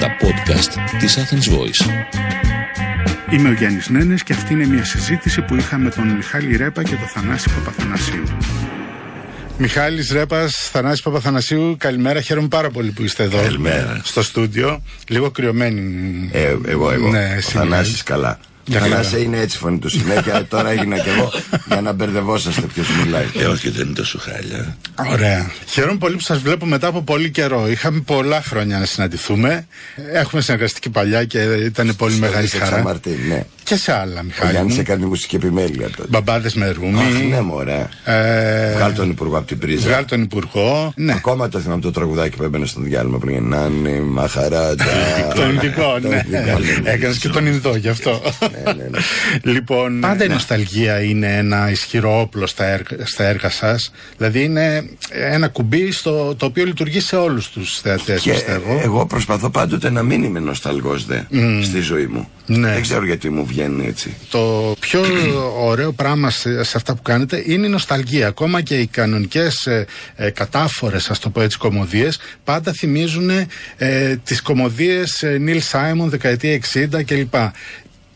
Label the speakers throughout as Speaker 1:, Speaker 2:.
Speaker 1: podcast της Athens Voice.
Speaker 2: Είμαι ο Γιάννης Νένες και αυτή είναι μια συζήτηση που είχα με τον Μιχάλη Ρέπα και τον Θανάση Παπαθανασίου. Μιχάλης Ρέπας, Θανάσης Παπαθανασίου, καλημέρα. Χαίρομαι πάρα πολύ που είστε εδώ
Speaker 3: Καλημέρα.
Speaker 2: στο στούντιο. Λίγο κρυωμένοι.
Speaker 3: Ε, εγώ, εγώ.
Speaker 2: Ναι,
Speaker 3: ο
Speaker 2: εσύ,
Speaker 3: Θανάσης καλά.
Speaker 2: Για
Speaker 3: Για
Speaker 2: χαρά.
Speaker 3: είναι έτσι φωνή του συνέχεια. Τώρα έγινα κι εγώ για να μπερδευόσαστε ποιος μιλάει.
Speaker 4: Ε, όχι, δεν είναι τόσο χάλια.
Speaker 2: Ωραία. Χαίρομαι πολύ που σας βλέπω μετά από πολύ καιρό. Είχαμε πολλά χρόνια να συναντηθούμε. Έχουμε συνεργαστεί και παλιά και ήταν πολύ μεγάλη
Speaker 3: Είσαι
Speaker 2: χαρά.
Speaker 3: Ξαμαρτίν, ναι.
Speaker 2: Και σε άλλα,
Speaker 3: Ο
Speaker 2: Μιχάλη.
Speaker 3: Γιάννης
Speaker 2: μου.
Speaker 3: έκανε μουσική επιμέλεια τότε.
Speaker 2: Μπαμπάδες με ρούμι.
Speaker 3: Αχ, ναι, μωρέ.
Speaker 2: Ε,
Speaker 3: Βγάλ τον υπουργό από την πρίζα.
Speaker 2: Βγάλει τον Υπουργό. Ναι.
Speaker 3: Ακόμα το θυμάμαι το τραγουδάκι που έμπαινε στον διάλειμμα πριν. Νάνι, μαχαράτσα.
Speaker 2: Τον ειδικό,
Speaker 3: Τον
Speaker 2: ναι.
Speaker 3: ειδικό, ναι.
Speaker 2: Έκανες και τον ειδικό γι' αυτό. Λοιπόν. Πάντα η νοσταλγία είναι ένα ισχυρό όπλο στα έργα, στα έργα σας. Δηλαδή είναι ένα κουμπί στο, το οποίο λειτουργεί σε όλους τους θεατές,
Speaker 3: Και
Speaker 2: πιστεύω.
Speaker 3: εγώ προσπαθώ πάντοτε να μην είμαι νοσταλγός δε στη ζωή μου.
Speaker 2: Ναι.
Speaker 3: Δεν ξέρω γιατί μου βγαίνει έτσι.
Speaker 2: Το πιο ωραίο πράγμα σε, σε αυτά που κάνετε είναι η νοσταλγία. Ακόμα και οι κανονικές ε, ε, κατάφορες, ας το πω έτσι, κομμωδίες, πάντα θυμίζουν ε, τις κομμωδίες Νίλ Σάιμον δεκαετία 60 κλπ.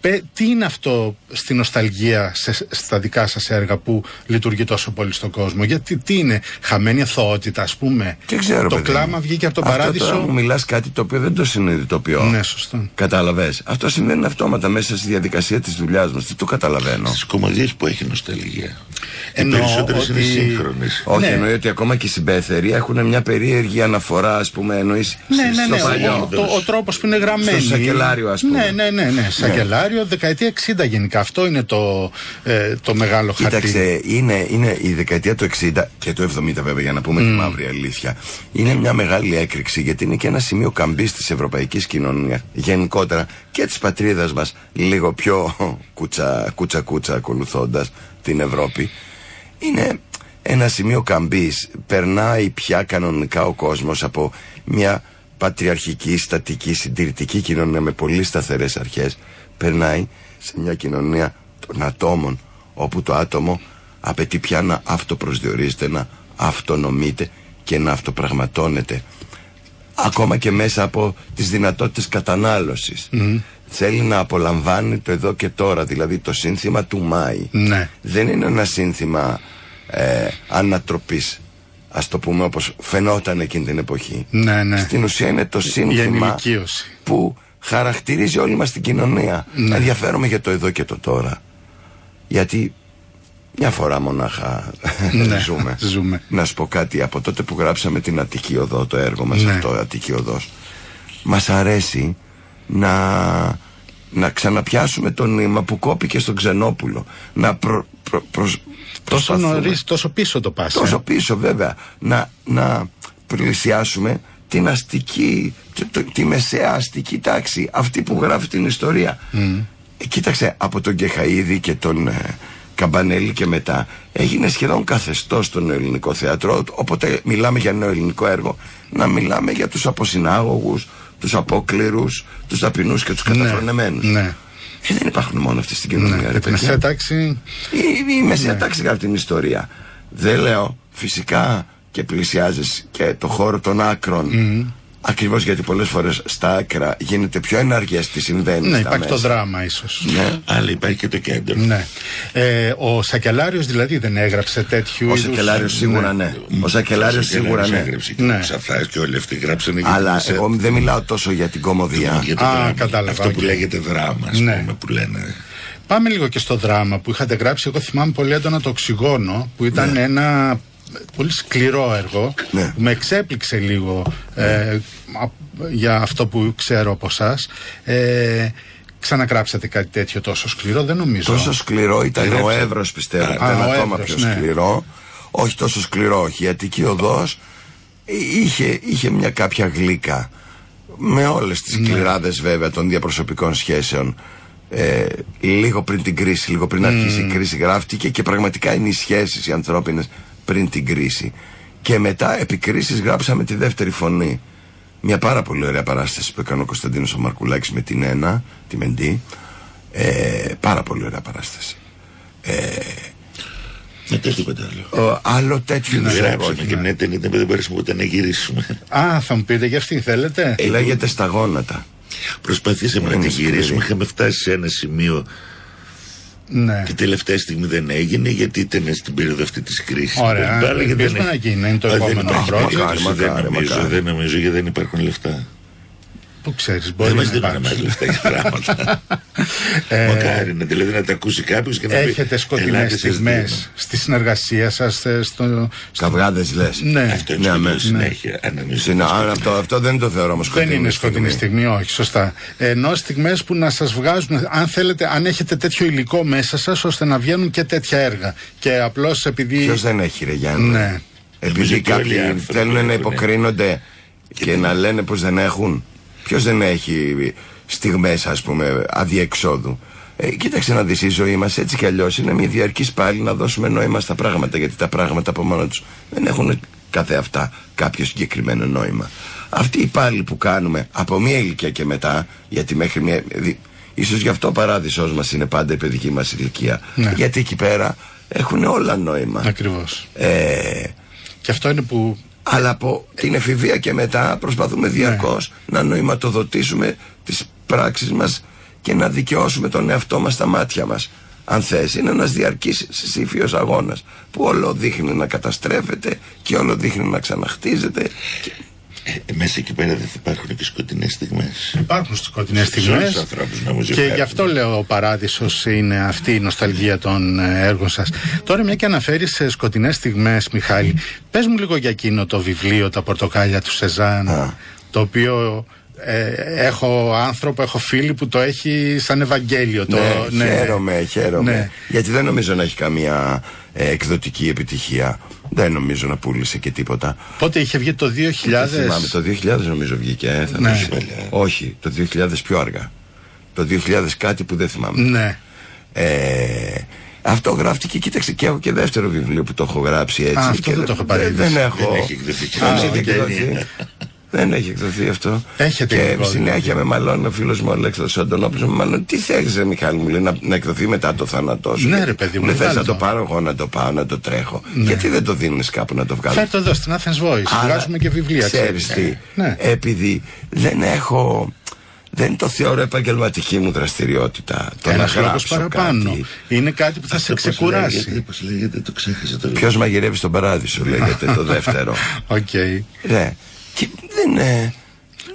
Speaker 2: Πε, τι είναι αυτό στη νοσταλγία σε, στα δικά σας έργα που λειτουργεί τόσο πολύ στον κόσμο Γιατί τι είναι, χαμένη αθωότητα ας πούμε
Speaker 3: Και ξέρω,
Speaker 2: Το
Speaker 3: παιδί
Speaker 2: κλάμα
Speaker 3: μου.
Speaker 2: βγήκε από τον
Speaker 3: Αυτό
Speaker 2: παράδεισο
Speaker 3: Τώρα μου μιλάς κάτι το οποίο δεν το συνειδητοποιώ.
Speaker 2: Ναι σωστό
Speaker 3: Κατάλαβες. Αυτό συμβαίνει αυτόματα μέσα στη διαδικασία της δουλειάς μας. Τι το καταλαβαίνω.
Speaker 4: Στις κομμωδίες που έχει νοσταλγία. Οι
Speaker 2: Εννοώ
Speaker 4: περισσότερες είναι
Speaker 2: ότι- Ναι.
Speaker 4: σύγχρονες.
Speaker 3: Όχι, εννοεί ότι ακόμα και οι συμπέθεροι έχουν μια περίεργη αναφορά, ας πούμε, εννοείς
Speaker 2: Ναι, ναι, ναι.
Speaker 3: στο
Speaker 2: Ο,
Speaker 3: παλιό.
Speaker 2: το, ο τρόπος που είναι γραμμένο.
Speaker 3: Στο σακελάριο, ας πούμε.
Speaker 2: Ναι, ναι, ναι. ναι. Σακελάριο, δεκαετία 60 γενικά. Αυτό είναι το, ε, το μεγάλο χαρτί.
Speaker 3: Κοίταξε, είναι, είναι η δεκαετία του 60 και του 70 βέβαια για να πούμε τη μαύρη αλήθεια. Είναι μια μεγάλη έκρηξη γιατί είναι και ένα σημείο καμπής της ευρωπαϊκής κοινωνίας γενικότερα και της πατρίδας μας λίγο πιο κουτσα κουτσα, κουτσα ακολουθώντας την Ευρώπη. Είναι ένα σημείο καμπής. Περνάει πια κανονικά ο κόσμος από μια πατριαρχική, στατική, συντηρητική κοινωνία με πολύ σταθερές αρχές. Περνάει σε μια κοινωνία των ατόμων όπου το άτομο απαιτεί πια να αυτοπροσδιορίζεται, να αυτονομείται και να αυτοπραγματώνεται. Ακόμα και μέσα από τις δυνατότητες κατανάλωσης. Θέλει να απολαμβάνει το εδώ και τώρα, δηλαδή το σύνθημα του Μάη.
Speaker 2: Ναι.
Speaker 3: Δεν είναι ένα σύνθημα ε, ανατροπής, ας το πούμε όπως φαινόταν εκείνη την εποχή.
Speaker 2: Ναι, ναι.
Speaker 3: Στην ουσία είναι το
Speaker 2: Η
Speaker 3: σύνθημα
Speaker 2: ενηλικίωση.
Speaker 3: που χαρακτηρίζει όλη μας την κοινωνία.
Speaker 2: Ναι.
Speaker 3: Ενδιαφέρομαι για το εδώ και το τώρα. Γιατί μια φορά μονάχα
Speaker 2: Ναι,
Speaker 3: ζούμε.
Speaker 2: ζούμε.
Speaker 3: Να σου πω κάτι, από τότε που γράψαμε την Αττική Οδό, το έργο μας
Speaker 2: Ναι.
Speaker 3: αυτό, Αττική Οδός, μας αρέσει να, να ξαναπιάσουμε το νήμα που κόπηκε στον Ξενόπουλο. Να προ, προ- προσ-
Speaker 2: Τόσο
Speaker 3: προσπαθούμε-
Speaker 2: νωρίς, τόσο πίσω το πας. ε.
Speaker 3: τόσο πίσω βέβαια να, να πλησιάσουμε την αστική, τη, το- τη μεσαία αστική τάξη, αυτή που γράφει την ιστορία. Ε, Κοίταξε, από τον Κεχαίδη και τον ε, Καμπανέλη και μετά έγινε σχεδόν καθεστώς στον ελληνικό θέατρο, οπότε μιλάμε για νεοελληνικό έργο, να μιλάμε για τους αποσυνάγωγους, τους απόκληρους, τους ταπεινούς και τους καταφρονεμένους.
Speaker 2: ναι.
Speaker 3: Ε, δεν υπάρχουν μόνο αυτοί στην κοινωνία.
Speaker 2: Ναι,
Speaker 3: ρε
Speaker 2: την
Speaker 3: παιδιά.
Speaker 2: μεσαία τάξη.
Speaker 3: Η, η μεσαία τάξη γράφει την ιστορία. Δεν λέω φυσικά και πλησιάζεις και το χώρο των άκρων. Ακριβώς γιατί πολλές φορές στα άκρα γίνεται πιο εναργές τι συμβαίνει
Speaker 2: Ναι,
Speaker 3: στα
Speaker 2: υπάρχει
Speaker 3: μέσα.
Speaker 2: το δράμα ίσως
Speaker 3: Ναι.
Speaker 4: Αλλά υπάρχει και το κέντρο.
Speaker 2: Ναι. Ε, ο Σακελάριος δηλαδή δεν έγραψε τέτοιου
Speaker 3: Ο
Speaker 2: είδους-
Speaker 3: Σακελάριος σίγουρα ναι. Ο Σακελάριος σίγουρα ναι.
Speaker 4: Έγραψε
Speaker 2: Ναι.
Speaker 4: ναι. Ξαφλά και όλοι αυτοί γράψανε. για
Speaker 3: Αλλά
Speaker 4: τις-
Speaker 3: εγώ δεν μιλάω τόσο για την κομμωδία.
Speaker 4: για το
Speaker 2: Α,
Speaker 4: δράμα.
Speaker 2: κατάλαβα,
Speaker 4: Αυτό που
Speaker 2: οκ.
Speaker 4: λέγεται δράμα, ας
Speaker 2: Ναι.
Speaker 4: πούμε, που λένε.
Speaker 2: Πάμε λίγο και στο δράμα που είχατε γράψει. Εγώ θυμάμαι πολύ έντονα το Οξυγόνο, που ήταν
Speaker 4: Ναι.
Speaker 2: ένα πολύ σκληρό έργο
Speaker 3: Ναι.
Speaker 2: που με εξέπληξε λίγο ε, α- για αυτό που ξέρω από εσάς. ξαναγράψατε κάτι τέτοιο τόσο σκληρό, δεν νομίζω.
Speaker 3: Τόσο σκληρό ήταν ο
Speaker 4: Έγραψε.
Speaker 3: Εύρο, πιστεύω.
Speaker 4: Α,
Speaker 3: ήταν
Speaker 2: ο
Speaker 3: ακόμα
Speaker 2: Εύρος,
Speaker 3: πιο
Speaker 2: ναι.
Speaker 3: σκληρό. Όχι τόσο σκληρό, όχι. Η Αττική οδό είχε, είχε μια κάποια γλύκα. Με όλες τις
Speaker 2: Ναι.
Speaker 3: σκληράδες βέβαια των διαπροσωπικών σχέσεων. Ε, λίγο πριν την κρίση, λίγο πριν αρχίσει η κρίση, γράφτηκε και πραγματικά είναι οι σχέσεις οι ανθρώπινες πριν την κρίση. Και μετά επί κρίσης γράψαμε τη δεύτερη φωνή. Μια πάρα πολύ ωραία παράσταση που έκανε ο Κωνσταντίνος ο Μαρκουλάκης με την Ένα, τη Μεντή. Ε, πάρα πολύ ωραία παράσταση. Ε,
Speaker 4: Ναι, και τίποτα άλλο.
Speaker 3: Ο,
Speaker 4: Ναι,
Speaker 3: Ε, άλλο τέτοιο είδους έργο.
Speaker 4: Γράψαμε και μια ταινία την οποία δεν μπορέσαμε ποτέ να γυρίσουμε.
Speaker 2: Α, θα μου πείτε για αυτή, θέλετε.
Speaker 3: Λέγεται στα γόνατα.
Speaker 4: Προσπαθήσαμε να
Speaker 3: Είναι
Speaker 4: την
Speaker 3: σκληρή.
Speaker 4: γυρίσουμε. Είχαμε φτάσει σε ένα σημείο. Ε,
Speaker 2: Ναι.
Speaker 4: Την τελευταία στιγμή δεν έγινε γιατί ήταν στην περίοδο αυτή της κρίσης.
Speaker 2: Ωραία, ελπίζουμε να γίνει, είναι το επόμενο
Speaker 3: χρόνο.
Speaker 4: Μακάρι,
Speaker 3: Μακάρι,
Speaker 4: δεν
Speaker 3: μακάρι,
Speaker 4: νομίζω,
Speaker 3: μακάρι.
Speaker 4: δεν νομίζω γιατί δεν υπάρχουν λεφτά.
Speaker 2: Πού ξέρεις, μπορεί
Speaker 4: Δεν μα
Speaker 2: να
Speaker 4: δίνουν
Speaker 2: υπάρξει.
Speaker 4: εμά λεφτά για πράγματα.
Speaker 2: Ε,
Speaker 4: Μακάρι να δηλαδή να τα ακούσει κάποιος και να πει.
Speaker 2: Έχετε σκοτεινές
Speaker 4: «Ελάτε, σας
Speaker 2: στιγμές
Speaker 4: δίνω».
Speaker 2: στη συνεργασία σας. Στο, στο-
Speaker 3: Καυγάδε λες.
Speaker 2: Ναι,
Speaker 4: Αυτό
Speaker 3: Ναι,
Speaker 4: είναι
Speaker 3: αμέ.
Speaker 4: ναι, συνέχεια. Αν είναι σκοτεινό.
Speaker 3: Αυτό, αυτό δεν το θεωρώ όμως
Speaker 2: δεν είναι σκοτεινή στιγμή, όχι, σωστά. Ενώ στιγμές που να σας βγάζουν, αν θέλετε, αν έχετε τέτοιο υλικό μέσα σας, ώστε να βγαίνουν και τέτοια έργα. Και απλώς επειδή.
Speaker 3: Ποιος δεν έχει, ρε Γιάννη.
Speaker 2: Ναι.
Speaker 4: Νομίζω
Speaker 3: Επειδή
Speaker 4: ότι όλοι οι
Speaker 3: κάποιοι
Speaker 4: άνθρωποι
Speaker 3: θέλουν να
Speaker 4: έχουν.
Speaker 3: υποκρίνονται και να λένε πως δεν έχουν. Ποιος δεν έχει στιγμές, ας πούμε, αδιεξόδου. Ε, κοίταξε να δεις η ζωή μας έτσι κι αλλιώς είναι μια διαρκής πάλι να δώσουμε νόημα στα πράγματα. Γιατί τα πράγματα από μόνα τους δεν έχουν κάθε αυτά κάποιο συγκεκριμένο νόημα. Αυτή η πάλι που κάνουμε από μια ηλικία και μετά, γιατί μέχρι μια. δι- Ίσως γι' αυτό ο παράδεισός μας είναι πάντα η παιδική μας ηλικία.
Speaker 2: Ναι.
Speaker 3: Γιατί εκεί πέρα έχουν όλα νόημα.
Speaker 2: Ακριβώς.
Speaker 3: Ε,
Speaker 2: Και αυτό είναι που.
Speaker 3: αλλά από την εφηβεία και μετά προσπαθούμε διαρκώς να νοηματοδοτήσουμε τις πράξεις μας και να δικαιώσουμε τον εαυτό μας στα μάτια μας. Αν θες, είναι ένας διαρκής συσήφιος αγώνας που όλο δείχνει να καταστρέφεται και όλο δείχνει να ξαναχτίζεται.
Speaker 4: Ε, Μέσα εκεί πέρα δεν θα υπάρχουν και σκοτεινές στιγμές.
Speaker 2: Υπάρχουν σκοτεινές
Speaker 4: Ζώνε
Speaker 2: στιγμέ.
Speaker 4: ανθρώπους να μου
Speaker 2: Και γι' αυτό
Speaker 4: ζευγάρουν.
Speaker 2: λέω ο παράδεισος είναι αυτή η νοσταλγία των ε, έργων σας. Τώρα μια και αναφέρεις σε σκοτεινές στιγμές Μιχάλη, πες μου λίγο για εκείνο το βιβλίο «Τα πορτοκάλια του Σεζάν»
Speaker 3: Α.
Speaker 2: το οποίο ε, έχω άνθρωπο, έχω φίλη που το έχει σαν Ευαγγέλιο. Το,
Speaker 3: ναι, χαίρομαι, χαίρομαι.
Speaker 2: Ναι.
Speaker 3: Γιατί δεν νομίζω να έχει καμία ε, εκδοτική επιτυχία. Δεν νομίζω να πούλησε και τίποτα.
Speaker 2: Πότε είχε βγει το 2000.
Speaker 3: Δεν θυμάμαι, το 2000 νομίζω βγήκε. ε, θα
Speaker 2: Ναι.
Speaker 3: το σου- Όχι, το 2000 πιο αργά. Το 2000 κάτι που δεν θυμάμαι.
Speaker 2: Ναι.
Speaker 3: Ε, αυτό γράφτηκε, κοίταξε, και έχω και δεύτερο βιβλίο που το έχω γράψει έτσι.
Speaker 2: Α, αυτό
Speaker 3: και
Speaker 2: δεν το έχω πάρει
Speaker 3: Δεν,
Speaker 2: είδες.
Speaker 3: δεν έχω.
Speaker 4: Δεν έχει εκδοθεί και
Speaker 3: δεν
Speaker 4: αυτό
Speaker 3: έχει
Speaker 4: δεν
Speaker 3: εκδοθεί.
Speaker 4: κάνει.
Speaker 3: Δεν έχει εκδοθεί αυτό.
Speaker 2: Έχετε
Speaker 3: και
Speaker 2: εκδοθεί.
Speaker 3: συνέχεια με μαλώνει ο φίλος μου Αλέξανδρος Αντωνόπουλος. Μου μάλλον τι θέλεις, ρε Μιχάλη, μου λέει να, να εκδοθεί μετά το θάνατό σου.
Speaker 2: Ναι,
Speaker 3: Γιατί
Speaker 2: ρε παιδί μου,
Speaker 3: Δεν θες να
Speaker 2: μεγάλο. Ναι.
Speaker 3: το πάρω εγώ, να το πάω, να το τρέχω. Γιατί δεν το δίνεις κάπου να το βγάλω.
Speaker 2: Φέρ το εδώ στην Athens Voice.
Speaker 3: Αλλά
Speaker 2: Βγάζουμε και βιβλία.
Speaker 3: Ξέρεις τι, ε,
Speaker 2: Ναι.
Speaker 3: επειδή δεν έχω... Δεν το θεωρώ επαγγελματική μου δραστηριότητα. Το
Speaker 2: Ένας
Speaker 3: να
Speaker 2: λόγος
Speaker 3: γράψω
Speaker 2: παραπάνω.
Speaker 3: Κάτι.
Speaker 2: Είναι κάτι που θα σε ξεκουράσει.
Speaker 4: Πώς λέγεται, το ξέχασα τώρα.
Speaker 3: Ποιος μαγειρεύει στον παράδεισο λέγεται το δεύτερο.
Speaker 2: Οκ.
Speaker 3: ναι. Και δεν... ε,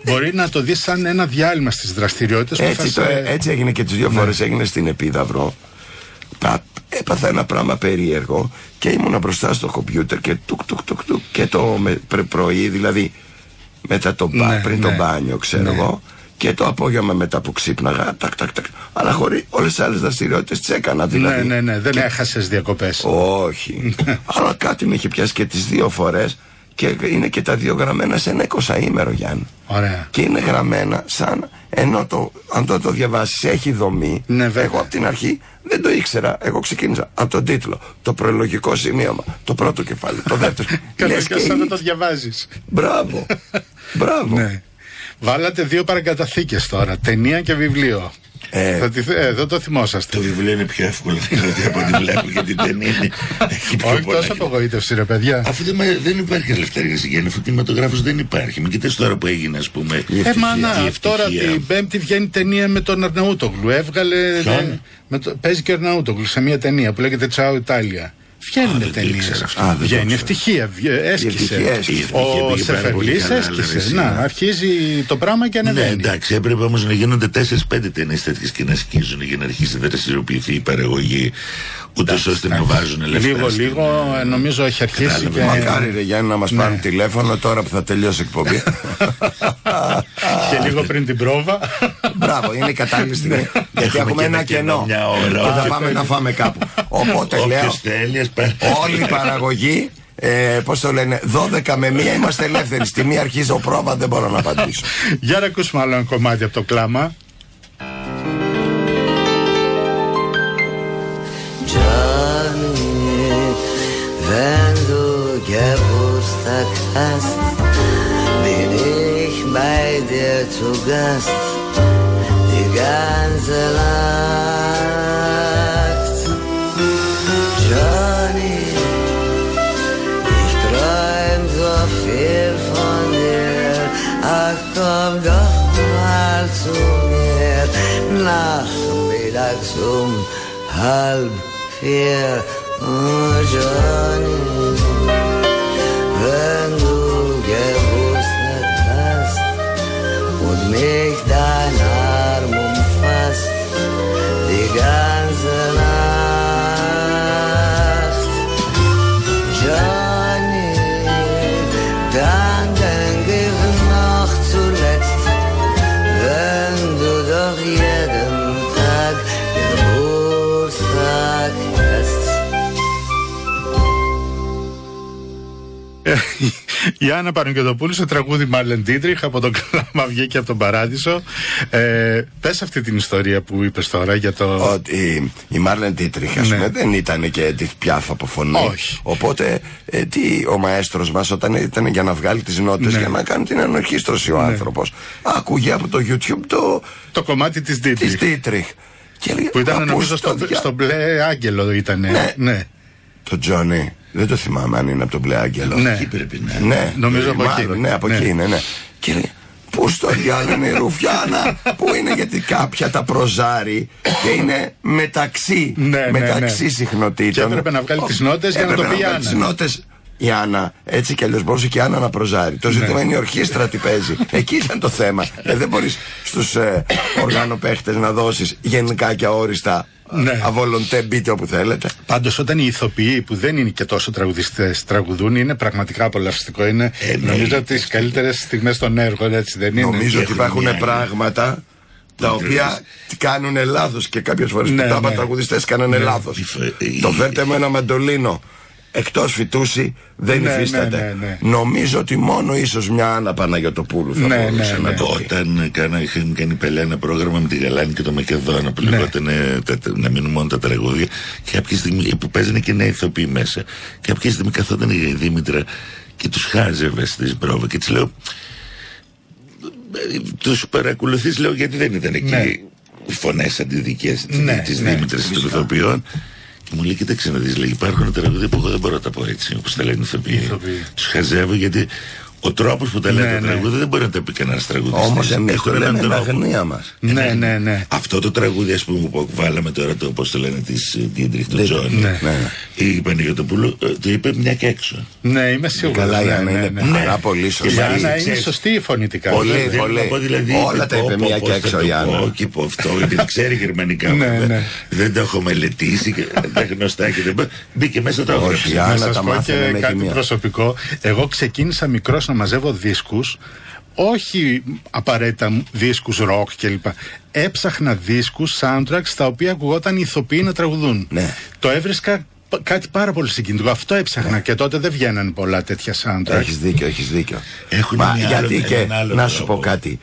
Speaker 2: Μπορεί να το δεις σαν ένα διάλειμμα στις δραστηριότητες που θα
Speaker 3: έτσι, το,
Speaker 2: σε...
Speaker 3: έτσι έγινε και τις δύο
Speaker 2: Ναι.
Speaker 3: φορές έγινε στην Επίδαυρο. Πα- έπαθα ένα πράγμα περίεργο και ήμουνα μπροστά στο κομπιούτερ και τουκ τουκ τουκ τουκ και το με- πρε- πρωί δηλαδή μετά το μπα,
Speaker 2: Ναι,
Speaker 3: πριν
Speaker 2: ναι.
Speaker 3: το μπάνιο ξέρω
Speaker 2: Ναι.
Speaker 3: εγώ και το απόγευμα μετά που ξύπναγα τακ τακ τακ αλλά χωρίς όλες τις άλλες δραστηριότητες τις έκανα δηλαδή
Speaker 2: Ναι, ναι, ναι, δεν έχασες διακοπές.
Speaker 3: όχι αλλά κάτι με είχε πιάσει και τις δύο φορές και είναι και τα δύο γραμμένα σε ένα 20 ημέρο Γιάννη
Speaker 2: Ωραία.
Speaker 3: και είναι γραμμένα σαν ενώ το, αν το, το διαβάσεις έχει δομή.
Speaker 2: Ναι, βέβαια.
Speaker 3: εγώ από την αρχή δεν το ήξερα. Εγώ ξεκίνησα από τον τίτλο, το προλογικό σημείωμα, το πρώτο κεφάλαιο, το δεύτερο.
Speaker 2: Καλό
Speaker 3: Λες
Speaker 2: και σαν να το
Speaker 3: ήξερα.
Speaker 2: διαβάζεις.
Speaker 3: Μπράβο. Μπράβο.
Speaker 2: Ναι. Βάλατε δύο παρακαταθήκες τώρα, ταινία και βιβλίο.
Speaker 3: Ε.
Speaker 2: Θα τη θε- ε, δεν το θυμόσαστε.
Speaker 4: Το βιβλίο είναι πιο εύκολο να κρατεί από ό,τι βλέπω γιατί δεν είναι. Έχει πιο
Speaker 2: Όχι
Speaker 4: πολλά.
Speaker 2: τόσο απογοήτευση ρε παιδιά.
Speaker 4: Αφού δεν, μα- δεν υπάρχει ελευθερία για συγγένεια, αφού κινηματογράφος δεν υπάρχει. Μην κοιτάς τώρα που έγινε, ας πούμε.
Speaker 2: Ε, μα
Speaker 4: Η
Speaker 2: να,
Speaker 4: ευτυχία.
Speaker 2: τώρα την Πέμπτη βγαίνει ταινία με τον Αρναούτογλου. Έβγαλε.
Speaker 4: Ποιον?
Speaker 2: ε, με το- παίζει και ο Αρναούτογλου σε μια ταινία που λέγεται Τσάου Ιτάλια.
Speaker 4: Α,
Speaker 2: Βγαίνουν
Speaker 4: δεν το
Speaker 2: ταινίες.
Speaker 4: ήξερα αυτό.
Speaker 3: Α, δεν το
Speaker 2: Βγαίνει
Speaker 3: ήξερα.
Speaker 2: ευτυχία. βγε- Έσκησε.
Speaker 3: ευτυχία έσκησε.
Speaker 4: Η ευτυχία
Speaker 2: Ο
Speaker 4: πήγε πάρα πολύ
Speaker 2: Σεφερλή
Speaker 4: καλά, ρε,
Speaker 2: έσκησε.
Speaker 4: εσύ,
Speaker 2: Να,
Speaker 4: ναι.
Speaker 2: αρχίζει το πράγμα και
Speaker 4: Ναι,
Speaker 2: ανεβαίνει.
Speaker 4: εντάξει, έπρεπε όμως να γίνονται 4-5 ταινίες τέτοιες και να σκίζουν για να αρχίσει να δραστηριοποιηθεί η παραγωγή. Ούτως ώστε να βάζουν λεφτά.
Speaker 2: Λίγο,
Speaker 4: στην-
Speaker 2: λίγο, ε,
Speaker 4: ναι.
Speaker 2: νομίζω έχει αρχίσει.
Speaker 4: Κατάλαβα.
Speaker 2: Και...
Speaker 3: Μακάρι ρε Γιάννη να μας πάρουν τηλέφωνο τώρα που θα τελειώσει η εκπομπή.
Speaker 2: και λίγο πριν την πρόβα.
Speaker 3: Μπράβο, είναι η κατάλληλη στιγμή. Γιατί
Speaker 4: Έχουμε
Speaker 3: έχουμε
Speaker 4: και ένα
Speaker 3: ένα
Speaker 4: κενό,
Speaker 3: κενό.
Speaker 4: μια ώρα.
Speaker 3: Και Θα πάμε να φάμε κάπου.
Speaker 2: ε,
Speaker 3: Οπότε
Speaker 4: Όποιος
Speaker 3: λέω,
Speaker 4: θέλεις, α πάρει.
Speaker 3: Όλη η παραγωγή, ε, πώς το λένε, 12 με 1 είμαστε ελεύθεροι. Στη μία αρχίζει ο πρόβα, δεν μπορώ να απαντήσω.
Speaker 2: Για να ακούσουμε άλλο ένα κομμάτι από το κλάμα.
Speaker 1: Johnny, wenn du Geburtstag hast, bin ich bei dir zu Gast die ganze Nacht. Johnny, ich träum so viel von dir, ach komm doch mal zu zu mir. Nachmittags um halb vier. Oh Johnny, wenn du gewusst hättest und mich dein Arm umfasst, die ganze Nacht. Johnny, dann denk ich noch zuletzt, wenn du doch jeden Tag Geburtstag hast.
Speaker 2: Ε, Η Άννα Παναγιωτοπούλου στο τραγούδι Μάρλεν Τίτριχ από τον Κλάμα βγήκε από τον Παράδεισο. Ε, Πες αυτή την ιστορία που είπες τώρα για το.
Speaker 3: Ότι η Μάρλεν Τίτριχ, ας
Speaker 2: Ναι.
Speaker 3: πούμε, δεν ήταν και τη πιάφ από φωνή.
Speaker 2: Όχι.
Speaker 3: Οπότε, ε, τι ο μαέστρος μας, όταν ήταν για να βγάλει τις νότες,
Speaker 2: Ναι.
Speaker 3: για να κάνει την ανορχίστρωση ο άνθρωπος, άκουγε από το YouTube το.
Speaker 2: το κομμάτι της
Speaker 3: τη
Speaker 2: Τίτριχ.
Speaker 3: Τίτριχ. Και έλεγε,
Speaker 2: Που ήταν
Speaker 3: «Μα
Speaker 2: νομίζω
Speaker 3: πώς
Speaker 2: στο,
Speaker 3: το δια-
Speaker 2: στο μπλε άγγελο ήταν.
Speaker 3: Ναι.
Speaker 2: ναι.
Speaker 3: Το Τζόνι. Δεν το θυμάμαι αν είναι από τον Μπλε Άγγελο.
Speaker 2: Ναι.
Speaker 4: Εκεί πρέπει να είναι.
Speaker 3: Ναι,
Speaker 2: Νομίζω από
Speaker 3: μάλλον,
Speaker 2: εκεί.
Speaker 3: Ναι, από
Speaker 2: Ναι.
Speaker 3: εκεί είναι, ναι. Και λέει, πού στο διάλογο είναι η Ρουφιάνα, πού είναι γιατί κάποια τα προζάρει και είναι μεταξύ,
Speaker 2: Ναι, ναι,
Speaker 3: μεταξύ
Speaker 2: ναι.
Speaker 3: συχνοτήτων.
Speaker 2: Και έπρεπε να βγάλει
Speaker 3: Ο-
Speaker 2: τις νότες για να το
Speaker 3: έπρεπε
Speaker 2: πει η
Speaker 3: βγάλει
Speaker 2: Άννα.
Speaker 3: τις νότες η Άννα, έτσι κι αλλιώς μπορούσε και η Άννα να προζάρει.
Speaker 2: Ναι.
Speaker 3: Το ζήτημα είναι η ορχήστρα τι παίζει. Εκεί ήταν το θέμα. Ε, δεν μπορείς στους ε, οργανοπαίχτε να δώσεις γενικά και αόριστα ε,
Speaker 2: Ναι.
Speaker 3: αβολοντέ, μπείτε όπου θέλετε.
Speaker 2: Πάντως, όταν οι ηθοποιοί που δεν είναι και τόσο τραγουδιστές τραγουδούν, είναι πραγματικά απολαυστικό. Είναι
Speaker 4: Ε, ναι.
Speaker 2: νομίζω τις καλύτερες στιγμές των έργων, έτσι δεν είναι.
Speaker 3: Νομίζω ότι
Speaker 4: έχουν μια
Speaker 3: υπάρχουν
Speaker 4: άλλη.
Speaker 3: πράγματα τα οποία κάνουν λάθος και κάποιες φορές
Speaker 2: Ναι,
Speaker 3: που τα είπα,
Speaker 2: ναι.
Speaker 3: τραγουδιστές κάνανε λάθος.
Speaker 4: Η φε- η-
Speaker 3: Το φέρτε με ένα μαντολίνο. Εκτός φυτούση δεν
Speaker 2: Ναι,
Speaker 3: υφίσταται.
Speaker 2: ναι, ναι, ναι.
Speaker 3: Νομίζω ότι μόνο ίσως μια Άννα Παναγιοτοπούλου θα
Speaker 2: Ναι,
Speaker 3: μπορούσε
Speaker 2: ναι,
Speaker 3: να
Speaker 2: ναι.
Speaker 3: το πει.
Speaker 4: Όταν ε, κάνα, είχαν κάνει πελέ ένα πρόγραμμα με τη Γαλάνη και το Μακεδόνα
Speaker 2: Ναι.
Speaker 4: που λεγόταν ε, τα- τα- να μείνουν μόνο τα τραγούδια και κάποια στιγμή ε, που παίζανε και νέοι ηθοποιοί μέσα. Και κάποια στιγμή καθόταν η Δήμητρα και τους χάζευε στις πρόβε και της λέω. Τους παρακολουθείς, λέω, γιατί δεν ήταν εκεί
Speaker 2: Ναι.
Speaker 4: οι φωνές αντιδικές
Speaker 2: Ναι,
Speaker 4: της
Speaker 2: ναι,
Speaker 4: Δήμητρας των ηθοποιών. Και μου λέει, κοίταξε να δεις, λέει, υπάρχουν τραγούδια που εγώ δεν μπορώ να τα πω έτσι, όπως τα λένε οι ηθοποιοί.
Speaker 2: ηθοποιοί.
Speaker 4: Τους χαζεύω γιατί ο τρόπος που τα λένε
Speaker 2: Ναι,
Speaker 4: τα
Speaker 2: ναι.
Speaker 4: τραγούδια δεν μπορεί να τα πει κανένας τραγουδιστής.
Speaker 3: Όμως εμεί το λέμε εν αγνία μας.
Speaker 2: Ναι, ναι, ναι.
Speaker 4: Αυτό το τραγούδι, ας πούμε, που βάλαμε τώρα, το πώς το λένε της Ντίντριχ, του Τζόνι.
Speaker 2: ναι.
Speaker 4: Η Παναγιοτοπούλου ε, το είπε μια και έξω.
Speaker 2: Ναι, είμαι σίγουρος.
Speaker 3: Καλά, η Άννα είναι πάρα πολύ
Speaker 2: Η
Speaker 3: σωστή.
Speaker 2: Άννα είναι
Speaker 4: Ξέρεις.
Speaker 2: σωστή η φωνητικά.
Speaker 3: Πολύ.
Speaker 4: Δεν θέλω να πω, δηλαδή,
Speaker 3: Όλα τα
Speaker 4: πω,
Speaker 3: είπε
Speaker 4: πω,
Speaker 3: μια
Speaker 4: πω,
Speaker 3: και
Speaker 4: θα
Speaker 3: έξω
Speaker 4: το
Speaker 3: η Άννα.
Speaker 4: πω και πω αυτό, γιατί ξέρει γερμανικά.
Speaker 2: Ναι,
Speaker 4: βέβαια.
Speaker 2: ναι.
Speaker 4: Δεν τα έχω μελετήσει, και τα γνωστά και δεν μπο- Μπήκε μέσα το
Speaker 3: Όχι, η
Speaker 4: έγραψε.
Speaker 2: Να
Speaker 3: Άννα
Speaker 2: σας
Speaker 3: τα ναι,
Speaker 2: πω
Speaker 3: μάθανε
Speaker 2: και
Speaker 3: με
Speaker 2: κάτι
Speaker 3: χημεία.
Speaker 2: προσωπικό. Εγώ ξεκίνησα μικρός να μαζεύω δίσκους όχι απαραίτητα δίσκους ροκ κλπ. Έψαχνα δίσκους, soundtracks, τα οποία ακουγόταν οι ηθοποιοί να τραγουδούν.
Speaker 3: Ναι.
Speaker 2: Το έβρισκα π- κάτι πάρα πολύ συγκινητικό. Αυτό έψαχνα
Speaker 3: Ναι.
Speaker 2: και τότε δεν βγαίνανε πολλά τέτοια soundtracks.
Speaker 3: Έχεις Ε, δίκιο, έχεις δίκιο.
Speaker 4: Έχουν
Speaker 3: Μα
Speaker 4: μια
Speaker 3: γιατί
Speaker 4: άλλο-
Speaker 3: και
Speaker 4: έναν άλλο
Speaker 3: να σου
Speaker 4: τρόπο.
Speaker 3: πω κάτι.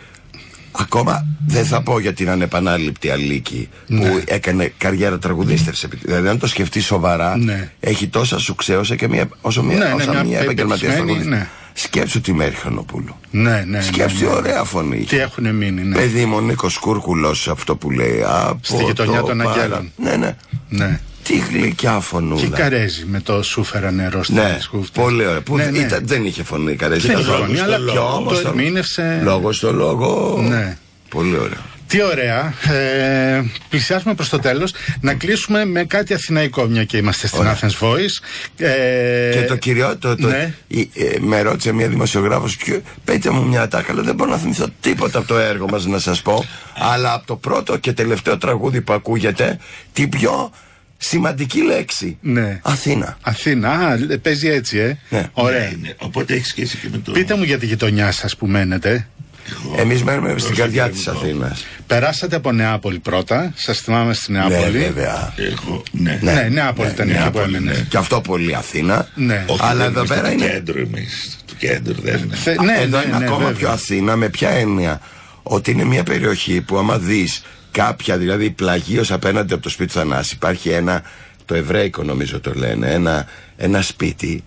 Speaker 3: Ακόμα δεν θα πω για την ανεπανάληπτη Αλίκη
Speaker 2: Ναι.
Speaker 3: που έκανε καριέρα τραγουδίστρια. Δηλαδή, αν το σκεφτείς σοβαρά,
Speaker 2: Ναι.
Speaker 3: έχει τόσα σου ξέωσα και μια, όσο μια,
Speaker 2: Ναι, ναι,
Speaker 3: όσα
Speaker 2: μια
Speaker 3: μια, επαγγελματία
Speaker 2: πετυχημένη,
Speaker 3: τραγουδίστρια.
Speaker 2: ναι.
Speaker 3: Σκέψου τη Μέρη Χανοπούλου.
Speaker 2: Ναι, ναι.
Speaker 3: Σκέψου
Speaker 2: ναι, ναι.
Speaker 3: ωραία Ε, φωνή. είχε.
Speaker 2: Τι έχουν μείνει, ναι.
Speaker 3: Παιδί μου, ο Νίκος Κούρκουλος αυτό που λέει. Από
Speaker 2: Στη γειτονιά
Speaker 3: το
Speaker 2: των
Speaker 3: παρα-
Speaker 2: Αγγέλων.
Speaker 3: Ναι, ναι.
Speaker 2: ναι.
Speaker 3: Τι γλυκιά φωνούλα.
Speaker 2: Και η Καρέζη με το σούφερα νερό στην
Speaker 3: Ναι, πολύ ωραία. Που
Speaker 2: Ναι, ναι.
Speaker 3: Ήταν, δεν είχε φωνή καρέζι.
Speaker 2: Δεν είχε φωνή, αλλά το
Speaker 3: το
Speaker 2: ερμήνευσε-
Speaker 3: Λόγος στο λόγο.
Speaker 2: Ναι.
Speaker 3: Πολύ ωραία.
Speaker 2: Τι ωραία. Ε, πλησιάζουμε προς το τέλος. Να κλείσουμε με κάτι αθηναϊκό, μια και είμαστε στην
Speaker 3: Ωραία.
Speaker 2: Athens Voice. Ε,
Speaker 3: και το κυριό, το, το,
Speaker 2: ναι.
Speaker 3: η- ε, με ρώτησε μια δημοσιογράφος, πείτε μου μια τάκα, αλλά δεν μπορώ να θυμηθώ τίποτα από το έργο μας να σας πω. αλλά από το πρώτο και τελευταίο τραγούδι που ακούγεται, την πιο σημαντική λέξη.
Speaker 2: Ναι.
Speaker 3: Αθήνα.
Speaker 2: Αθήνα. Α, λε- παίζει έτσι, ε.
Speaker 3: Ναι.
Speaker 2: Ωραία.
Speaker 4: Είναι. Οπότε έχεις σχέση και με το.
Speaker 2: Πείτε μου για τη γειτονιά σας που μένετε.
Speaker 3: Εμείς μένουμε στην καρδιά τη
Speaker 4: Ελληνικό.
Speaker 3: Αθήνας.
Speaker 2: Περάσατε από Νεάπολη πρώτα. Σας θυμάμαι στη
Speaker 3: Ναι,
Speaker 2: Νεάπολη.
Speaker 3: βέβαια.
Speaker 4: Εγώ, ναι.
Speaker 2: Ναι, Νεάπολη
Speaker 4: Ναι,
Speaker 2: ήταν η
Speaker 4: Νεάπολη,
Speaker 2: Νεάπολη.
Speaker 4: ναι.
Speaker 3: Και αυτό πολύ Αθήνα.
Speaker 2: Ναι.
Speaker 4: Όχι,
Speaker 3: Αλλά
Speaker 4: δεν
Speaker 3: εδώ
Speaker 4: είμαστε
Speaker 3: πέρα
Speaker 4: του
Speaker 3: είναι
Speaker 4: κέντρου εμείς. Του κέντρου δεν είναι.
Speaker 2: Θε- ναι,
Speaker 3: Εδώ
Speaker 2: ναι,
Speaker 3: είναι
Speaker 2: ναι,
Speaker 3: ακόμα
Speaker 2: βέβαια.
Speaker 3: πιο Αθήνα με ποια έννοια. Ότι είναι μια περιοχή που άμα δεις κάποια, δηλαδή πλαγίως απέναντι από το σπίτι του Θανάση, υπάρχει ένα, το εβραϊκό νομίζω το λένε, ένα, ένα σπίτι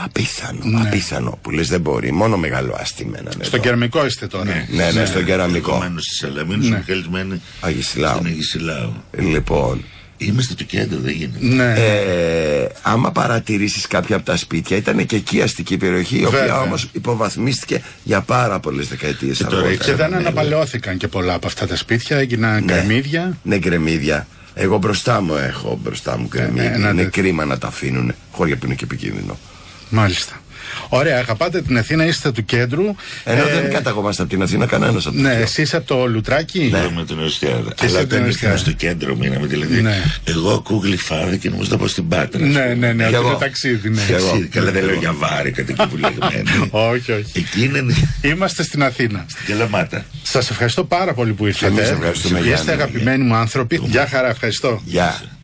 Speaker 3: απίθανο,
Speaker 2: Ναι.
Speaker 3: απίθανο που λες δεν μπορεί, μόνο μεγάλο άστημενα.
Speaker 2: Στον Κερμικό είστε τώρα.
Speaker 3: Ναι, ναι, στον κεραμικό.
Speaker 4: Κομμένο στη Σαλαμίνη, ο Μιχαήλ μένει
Speaker 3: Αγισιλάου.
Speaker 4: στην Αγισιλάου.
Speaker 3: Λοιπόν,
Speaker 4: Είμαστε το κέντρο, δεν γίνεται.
Speaker 2: Ναι.
Speaker 3: Ε, άμα παρατηρήσεις κάποια από τα σπίτια, ήταν και εκεί αστική περιοχή, η οποία
Speaker 2: Βέβαια.
Speaker 3: όμως υποβαθμίστηκε για πάρα πολλές δεκαετίες
Speaker 4: τώρα
Speaker 2: και δεν
Speaker 4: ναι,
Speaker 2: αναπαλαιώθηκαν και πολλά από αυτά τα σπίτια, έγιναν
Speaker 3: Ναι.
Speaker 2: κρεμμύδια.
Speaker 3: Ναι, γκρεμίδια. Εγώ μπροστά μου έχω μπροστά μου γκρεμίδια.
Speaker 2: ναι, ένα
Speaker 3: είναι
Speaker 2: τέτοιο.
Speaker 3: κρίμα να τα αφήνουν. Χωρί που είναι και επικίνδυνο.
Speaker 2: Μάλιστα. Ωραία, αγαπάτε την Αθήνα, είστε του κέντρου.
Speaker 3: Ενώ
Speaker 2: Ε,
Speaker 3: δεν καταγόμαστε από την Αθήνα κανένας από
Speaker 2: Ναι,
Speaker 3: τους
Speaker 2: εσείς από το Λουτράκι.
Speaker 4: Ναι. με τον Εωστιάδα.
Speaker 2: Και σε
Speaker 4: Αλλά
Speaker 2: τον
Speaker 4: όταν ήρθαμε
Speaker 2: Εωστιάδα.
Speaker 4: στο κέντρο, μείναμε. Δηλαδή,
Speaker 2: Ναι.
Speaker 4: εγώ ακούω γλυφάδα και νομίζω θα πάω στην Πάτρα.
Speaker 2: Ναι, ναι, ναι,
Speaker 3: Κι
Speaker 2: αυτό
Speaker 3: εγώ.
Speaker 2: είναι ταξίδι. ναι.
Speaker 3: Κι εγώ.
Speaker 4: Εσύ, Καλά, δεν λέω για βάρη, κάτι εκεί που λέγαμε.
Speaker 2: Όχι, όχι.
Speaker 4: Εκεί είναι
Speaker 2: Είμαστε στην Αθήνα.
Speaker 4: γελαμάτα.
Speaker 2: Σας ευχαριστώ πάρα πολύ που ήρθατε.
Speaker 3: Εμείς ευχαριστούμε,
Speaker 2: Είστε
Speaker 3: Γιάννη.
Speaker 2: αγαπημένοι μου άνθρωποι. Γεια χαρά, ευχαριστώ.
Speaker 3: Γεια.